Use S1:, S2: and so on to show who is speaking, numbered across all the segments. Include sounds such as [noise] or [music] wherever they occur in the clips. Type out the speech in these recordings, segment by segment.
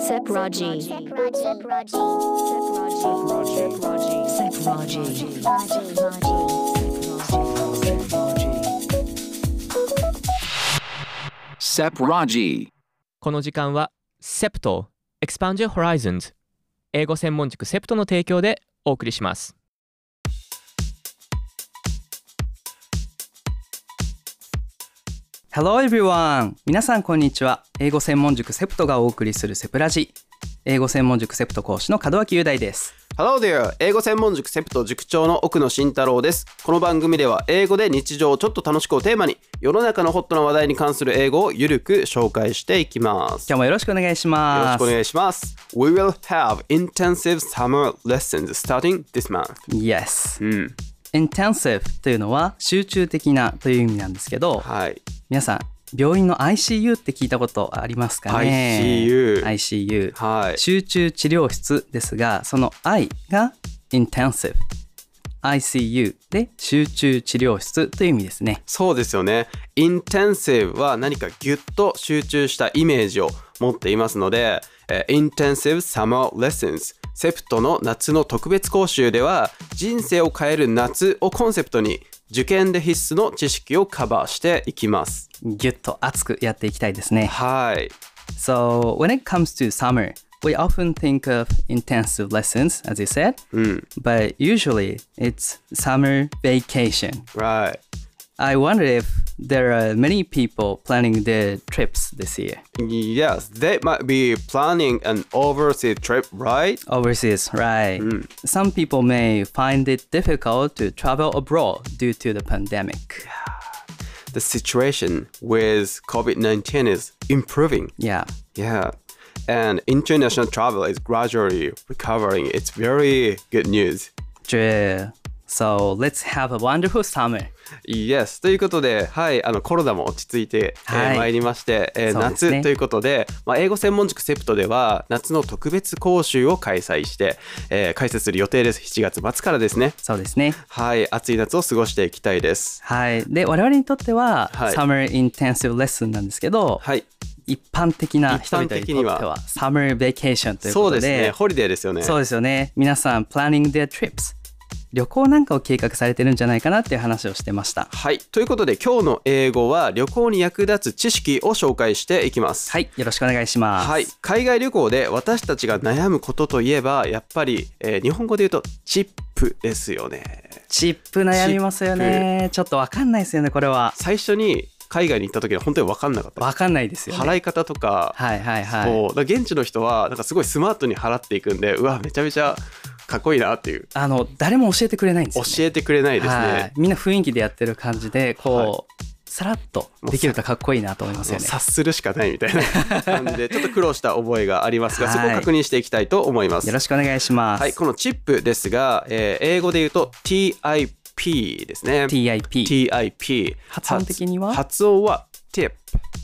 S1: Sepraji. Sepraji. Sepraji.
S2: Sepraji.
S3: この時間は SEPT Expand Your Horizons 英語専門塾 SEPT の提供でお送りします
S4: ハローエブリワン皆さんこんにちは英語専門塾セプトがお送りするセプラジ英語専門塾セプト講師の門脇雄大です
S5: ハローデ r 英語専門塾セプト塾長の奥野慎太郎です。この番組では英語で日常をちょっと楽しくをテーマに世の中のホットな話題に関する英語をゆるく紹介していきます。
S4: 今
S5: よ
S4: 日もよろしくお願いし
S5: ろ
S4: ます
S5: しくお願いします。We will have intensive summer lessons starting this month.
S4: Yes
S5: うん。
S4: Intensive というのは集中的なという意味なんですけど
S5: はい。
S4: 皆さん病院の ICU って聞いたことありますかね
S5: ICU
S4: ICU
S5: はい。
S4: 集中治療室ですがその I が Intensive ICU で集中治療室という意味ですね
S5: そうですよね。intensive は何かギュッと集中したイメージを持っていますので、えー intensive summer lessons セプトの夏の特別講習では人生を変える夏をコンセプトに受験で必須の知識をカバーしていきます。
S4: ギュッと熱くやっていきたいですね
S5: はい。
S4: So, when it comes to summer, we often think of intensive lessons, as you said,
S5: うん。
S4: but usually it's summer vacation.
S5: Right.
S4: I wonder if there are many people planning their trips this year.
S5: Yes, they might be planning an overseas trip, right?
S4: Overseas, right? Some people may find it difficult to travel abroad due to the pandemic.
S5: The situation with COVID 19 is improving.
S4: Yeah.
S5: Yeah. And international travel is gradually recovering. It's very good news.
S4: Sure. So, let's have a wonderful summer.
S5: Yes. ということで、はい、あのコロナも落ち着いて、
S4: はい
S5: えー参りまして、えー
S4: そうですね
S5: 夏ということで、まあ、英語専門塾セプトでは夏の特別講習を開催して、えー開設する予定です。7月末からですね。
S4: そうですね。
S5: はい、暑い夏を過ごしていきたいです。
S4: はい。で、我々にとっては、
S5: はい
S4: summer intensive lesson なんですけど、
S5: はい、
S4: 一般的な
S5: 一
S4: 人々
S5: 般
S4: にとっ
S5: 的
S4: て
S5: には
S4: はサマーベーケーションというこ
S5: そう
S4: とで
S5: ですね。ホリデーですよね。
S4: そうですよね皆さん planning their trips 旅行なんかを計画されてるんじゃないかなっていう話をしてました
S5: はい、ということで今日の英語は旅行に役立つ知識を紹介していきます。
S4: はいよろしくお願いします
S5: はい、海外旅行で私たちが悩むことといえばやっぱり、えー日本語で言うとチップですよね
S4: チップ悩みますよねちょっとわかんないですよねこれは
S5: 最初に海外に行った時は本当に分かんなかった
S4: わかんないですよね
S5: 払い方とか,、
S4: はいはいはい
S5: そうだから現地の人はなんかすごいスマートに払っていくんでうわめちゃめちゃかっこいいなっていう
S4: あの誰も教えてくれないんです
S5: 教
S4: よね
S5: えてくれないですね、
S4: はいみんな雰囲気でやってる感じでこう、さらっとできるとかっこいいなと思いますよ
S5: もう
S4: ね
S5: 察するしかないみたい
S4: [laughs]
S5: な感じでちょっと苦労した覚えがありますが、
S4: はい
S5: そこを確認していきたいと思います
S4: よろしくお願いします、
S5: はいこのチップですが、えー英語で言うと TIP ですね
S4: TIP
S5: TIP
S4: 発音的には
S5: 発音は tip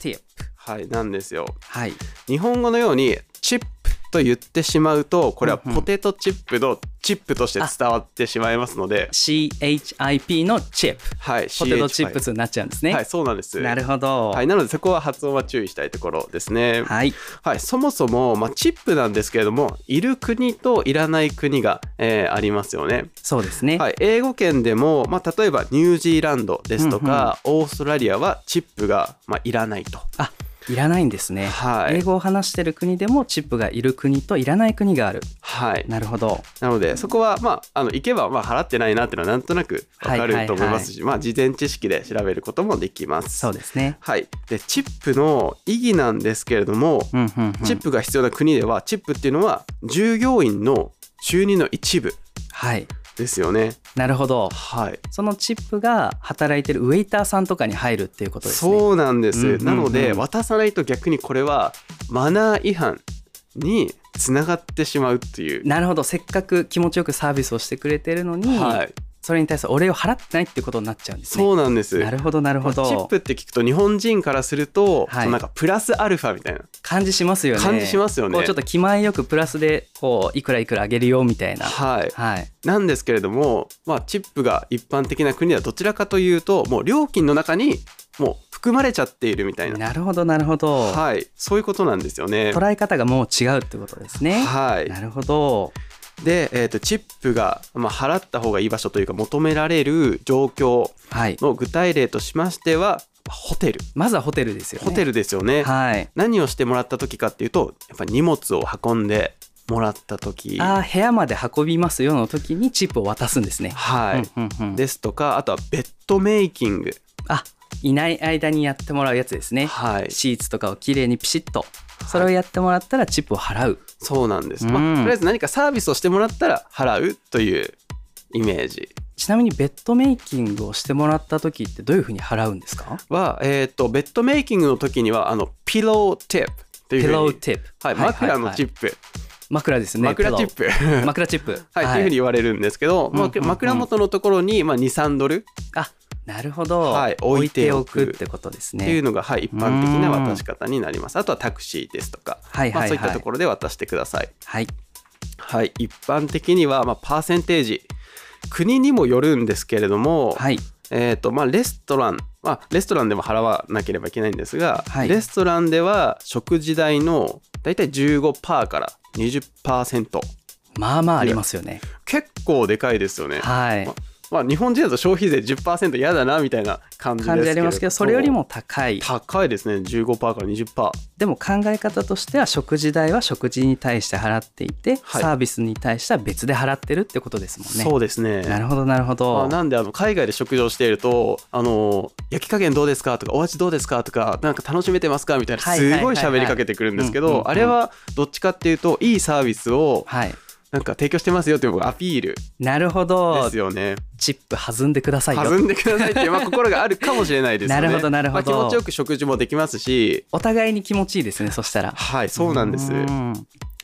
S4: tip
S5: はいなんですよ
S4: はい
S5: 日本語のようにチップと言ってしまうとこれはポテトチップのチップとして伝わってしまいますので、
S4: CHIP のチップ
S5: はい
S4: ポテト
S5: CHIP
S4: チップスになっちゃうんですね、
S5: はいそうなんです
S4: なるほど
S5: はい、なのでそこは発音は注意したいところですね
S4: はい、
S5: はい、そもそも、まあ、チップなんですけれどもいる国といらない国が、えーありますよね
S4: そうですね、
S5: はい、英語圏でも、まあ、例えばニュージーランドですとか、オーストラリアはチップが、まあ、いらないと。
S4: あいらないんですね、
S5: はい
S4: 英語を話してる国でもチップがいる国といらない国がある
S5: はい、
S4: なるほど
S5: なのでそこは、まあ、あの行けば、まあ、払ってないなっていうのはなんとなくわかると思いますし、まあ、事前知識で調べることもできます。
S4: そうですね
S5: はい、でチップの意義なんですけれども、
S4: うんうん、うん、
S5: チップが必要な国ではチップっていうのは従業員の収入の一部
S4: はい
S5: ですよね。
S4: なるほど
S5: はい、
S4: そのチップが働いてるウェイターさんとかに入るっていうことですね
S5: そうなんです、
S4: うんうんうん
S5: なので渡さないと逆にこれはマナー違反につながってしまうっていう、
S4: なるほどせっかく気持ちよくサービスをしてくれてるのに、
S5: はい
S4: それに対するお礼を払ってないってことになっちゃうんですね
S5: そうなんです
S4: なるほどなるほど
S5: チップって聞くと日本人からすると、
S4: はい
S5: そのなんかプラスアルファみたいな
S4: 感じしますよね
S5: 感じしますよね
S4: こうちょっと気前よくプラスでこういくらいくらあげるよみたいなは
S5: はい
S4: い
S5: なんですけれども、まあ、チップが一般的な国ではどちらかというともう料金の中にもう含まれちゃっているみたいな。
S4: なるほどなるほど、
S5: はい、そういうことなんですよね。
S4: 捉え方がもう違うってことですね、
S5: はい、
S4: なるほど
S5: で、えー、とチップが、まあ、払った方がいい場所というか求められる状況
S4: はい
S5: の具体例としましてはホテル
S4: まずはホテルですよね
S5: ホテルですよね、
S4: はい
S5: 何をしてもらった時かっていうとやっぱ荷物を運んでもらった時
S4: あー部屋まで運びますよの時にチップを渡すんですね
S5: はい、
S4: うんうんうん
S5: ですとかあとはベッドメイキング
S4: あいない間にやってもらうやつですね
S5: はい
S4: シーツとかをきれいにピシッとそれをやってもらったらチップを払う
S5: そうなんです、
S4: うん
S5: まあ、とりあえず何かサービスをしてもらったら払うというイメージ
S4: ちなみにベッドメイキングをしてもらった時ってどういうふうに払うんですか
S5: は、えー、とベッドメイキングの時にはあのピローティップってい
S4: ピ
S5: うふうに
S4: ローティップ
S5: はい、枕のチ
S4: ップ
S5: ップ、
S4: 枕ですね
S5: 枕チップ、
S4: ピロー枕チップ
S5: はい、っていうふうに言われるんですけど、まあ
S4: うんうんうん
S5: 枕元のところに、まあ、23ドル
S4: あなるほど、
S5: はい置いておく
S4: 置いってことです
S5: ってい
S4: ね
S5: うのが、はい、一般的な渡し方になります。あとはタクシーですとか、
S4: はい
S5: ま
S4: は
S5: あ、
S4: い
S5: そ
S4: は
S5: うい
S4: い
S5: ったところで渡してください。
S4: はい
S5: はい、一般的には、まあ、パーセンテージ国にもよるんですけれども、
S4: はい
S5: えーとまあ、レストラン、まあ、レストランでも払わなければいけないんですが、
S4: はい
S5: レストランでは食事代のだいたい15%から20%
S4: まあまあありますよね
S5: 結構でかいですよね。
S4: はい
S5: ままあ、日本人だと消費税10%嫌だなみたいな感じですけれ
S4: 感
S5: ど
S4: じありますけどそれよりも高い
S5: 高いですね15%から20%
S4: でも考え方としては食事代は食事に対して払っていて、
S5: はい
S4: サービスに対しては別で払ってるってことですもんね。
S5: そうですね
S4: なるほどなるほ
S5: まあ
S4: ど。
S5: なんであの海外で食事をしていると「あの焼き加減どうですか?」とか「お味どうですか?」とか「なんか楽しめてますか?」みたいな
S4: はいはいはいは
S5: す
S4: い
S5: ごい喋りかけてくるんですけ
S4: うんうんう
S5: ど
S4: ん
S5: あれはどっちかっていうといいサービスを
S4: はい。
S5: なんか提供してますよっていう僕アピール
S4: なるほ
S5: で
S4: ど
S5: す。よね。
S4: チップ弾んでください
S5: 弾
S4: よ。
S5: んでくださいっていう、まあ、心があるかもしれないですよね。
S4: [laughs] なるほどなるほど
S5: まあ、気持ちよく食事もできますし
S4: お互いに気持ちいいですね。そしたら。
S5: はいそうなんです。
S4: うん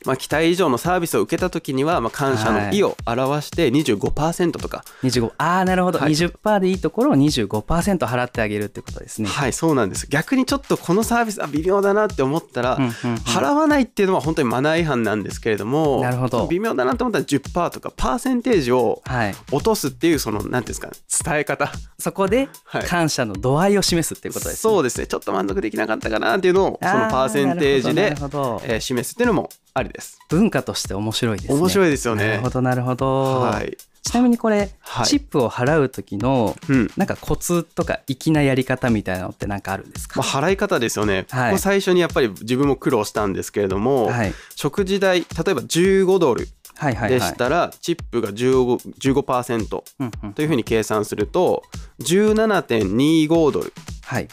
S5: まあ、期待以上のサービスを受けた時には、まあ、感謝の意を表して25%とか、
S4: 25ああなるほど、
S5: はい
S4: 20%でいいところを25%払ってあげるってことですね。
S5: はい、そうなんです逆にちょっとこのサービスあ微妙だなって思ったら、
S4: うんうんうん
S5: 払わないっていうのは本当にマナー違反なんですけれども
S4: なるほど
S5: 微妙だなと思ったら10%とかパーセンテージを
S4: はい、
S5: 落とすっていうその何ていうんですかね伝え方
S4: そこで
S5: はい
S4: 感謝の度合いを示すっていうことです、ね。
S5: そうですねちょっと満足できなかったかなっていうのをそ
S4: あー
S5: のパーセンテージ
S4: な
S5: で
S4: る、ほどなるほど
S5: えー示すっていうのもありです。
S4: 文化として面白いですね。
S5: 面白いですよね
S4: なるほどなるほど。
S5: はい
S4: ちなみにこれ、
S5: はい
S4: チップを払う時の
S5: うん
S4: なんかコツとか粋なやり方みたいなのってなんかあるんですか、
S5: まあ、払い方ですよね、
S4: はい
S5: ここ最初にやっぱり自分も苦労したんですけれども、
S4: はい、
S5: 食事代例えば15ドル
S4: はいはいはい
S5: でしたら、チップが15 15%
S4: うんうん
S5: というふうに計算すると17.25ドルっ
S4: はい、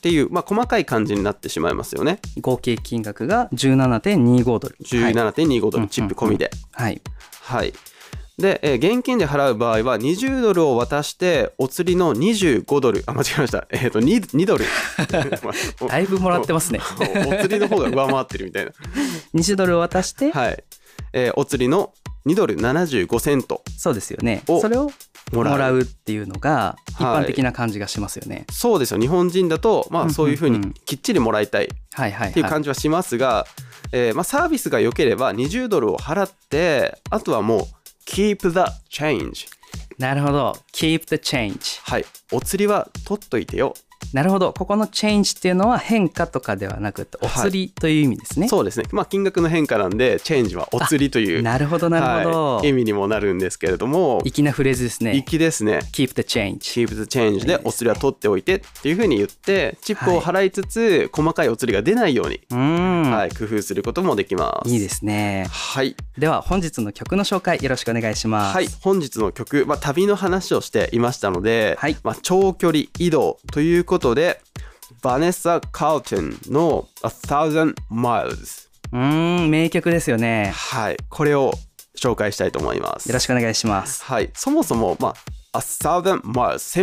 S5: ていう、まあ、細かい感じになってしまいますよね
S4: 合計金額が17.25ドルはい、
S5: 17.25ド
S4: うんうんう
S5: ル
S4: ん
S5: チップ込みで
S4: はい
S5: はいで、えー現金で払う場合は20ドルを渡してお釣りの25ドルあ間違えましたえっ、と 2, 2ドル
S4: [laughs] だいぶもらって
S5: [laughs]
S4: ますね
S5: おお釣りの方が上回ってるみたいな
S4: 20ドルを渡して、
S5: はい、えーお釣りの2ドル75セント
S4: そうですよね
S5: お
S4: それをも
S5: もらう
S4: らうっていうのが一
S5: はい
S4: 般的な感じがしますよね、
S5: そうですよ日本人だと、ま
S4: うんうん
S5: あ、
S4: うん
S5: そういうふうにきっちりもらいたい
S4: はい、はいはい
S5: っていう感じはしますが、えーまあ、サービスが良ければ20ドルを払ってあとはもう keep the change
S4: なるほど keep the change
S5: はいお釣りは取っといてよ、
S4: なるほどここの change っていうのは変化とかではなくてお釣りという意味ですね、
S5: そうですねまあ金額の変化なんでチェンジはお釣りという
S4: なるほどなるほど、
S5: はい、意味にもなるんですけれども
S4: 粋なフレーズですね
S5: 粋ですね
S4: keep the change
S5: keep the change でお釣りは取っておいてっていうふうに言ってチップを払いつつ細かいお釣りが出ないように、
S4: うーん、
S5: はい、工夫することもできます
S4: いいですね
S5: はい
S4: では本日の曲の紹介よろしくお願いします
S5: はい、本日の曲、まあ、旅の話をしていましたので、
S4: はい
S5: まあ、長距離移動ということでバネッサ・カーテンの「A Thousand Miles
S4: うーん名曲ですよ」ね
S5: はいこれを紹介したいと思います
S4: よろしくお願いします
S5: はい、そもそも、まあ「A Thousand Miles」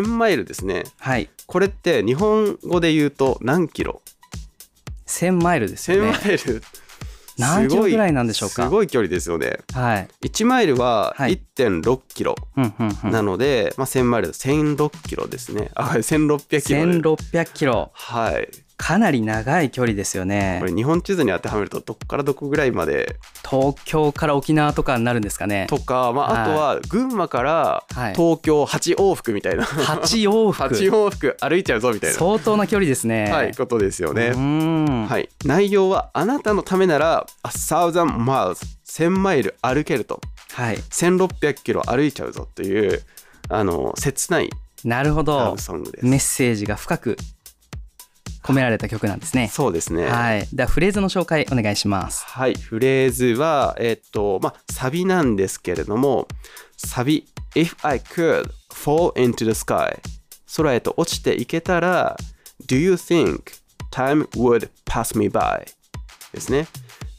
S5: 1000マイルですね
S4: はい
S5: これって日本語で言うと何キロ
S4: 1000マイルです
S5: 1000
S4: よ
S5: マ
S4: ね
S5: イル、
S4: 何キロぐらいなんでしょうか
S5: すごい距離ですよね
S4: はい
S5: 1マイルは
S4: はい
S5: 1.6キロ
S4: うんうんうん
S5: なので、まあ、1000マイル1600キロですねあ1600キロで
S4: 1600キロ
S5: はい。
S4: かなり長い距離ですよね
S5: これ日本地図に当てはめるとどこからどこぐらいまで
S4: 東京から沖縄とかになるんですかね
S5: とか、まあ、あとは群馬から
S4: はい
S5: 東京8往復みたいな、
S4: 八往復
S5: 8往復歩いちゃうぞみたいな、
S4: 相当な距離ですね
S5: はい、ことですよね
S4: う。ん、
S5: はい、内容はあなたのためなら「1000 miles」1000マイル歩けると
S4: はい、
S5: 1600キロ歩いちゃうぞというあの切ない
S4: なるほ
S5: ラ
S4: ど
S5: ブソングです。
S4: メッセージが深く込められた曲なんですね
S5: そうですね、
S4: はいではフレーズの紹介お願いします
S5: はい、フレーズは、えっと、まあ、サビなんですけれども、サビ、If I could fall into the sky 空へと落ちていけたら、Do you think time would pass me by? ですね。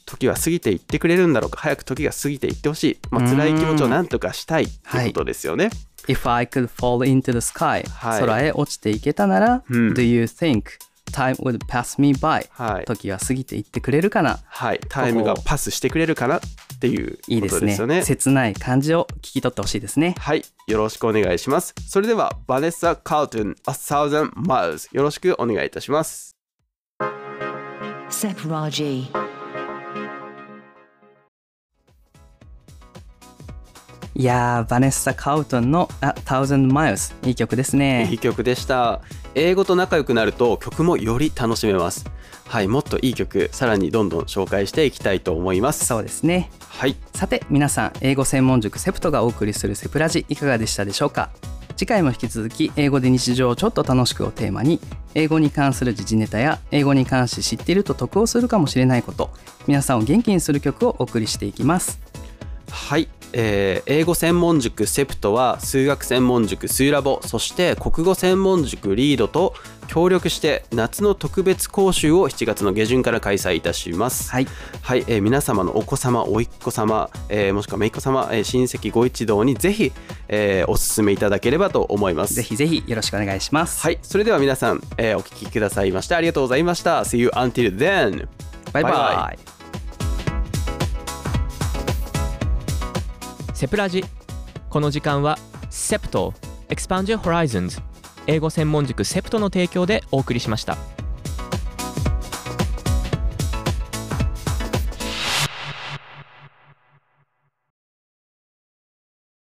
S5: 時は過ぎていってくれるんだろうか早く時が過ぎていってほしい。ま
S4: う
S5: あ、
S4: ーん
S5: 辛い気持ちをなんとかしたいってことですよね。
S4: If I could fall into the sky、
S5: はい
S4: 空へ落ちていけたなら、
S5: うん
S4: Do you think time would pass me by、
S5: はい。
S4: 時は過ぎていってくれるかな
S5: はい。タイムがパスしてくれるかなっていう
S4: いい
S5: こ
S4: で
S5: と
S4: す
S5: で
S4: ね
S5: すよね。
S4: 切ない感じを聞き取ってほしいですね
S5: はい、よろしくお願いします。それでは、バネッサ・カートゥン、A Thousand Miles、よろしくお願いいたします。
S1: Sepraji.
S4: いやーバネッサ・カウトンの「A Thousand Miles」いい曲です
S5: いい
S4: ね
S5: 曲でした。英語と仲良くなると曲もより楽しめます。はい、もっといい曲、さらにどんどん紹介していきたいと思います。
S4: そうですね
S5: はい、
S4: さて皆さん英語専門塾セプトがお送りするセプラジいかがでしたでしょうか次回も引き続き英語で日常をちょっと楽しくをテーマに英語に関する時事ネタや英語に関して知っていると得をするかもしれないこと皆さんを元気にする曲をお送りしていきます
S5: はい、えー英語専門塾セプトは数学専門塾スーラボそして国語専門塾リードと協力して夏の特別講習を7月の下旬から開催いたします。
S4: はい
S5: はい、えー皆様のお子様、おいっ子様、えーもしくはめいっ子様、えー親戚ご一同にぜひ、えーお勧めいただければと思います。
S4: ぜひぜひよろしくお願いします、
S5: はい、それでは皆さん、えーお聞きくださいましてありがとうございました。See you until then!
S4: バイバイ
S5: バイバ
S3: セプラジこの時間はセプト Expand Your Horizons 英語専門塾セプトの提供でお送りしました。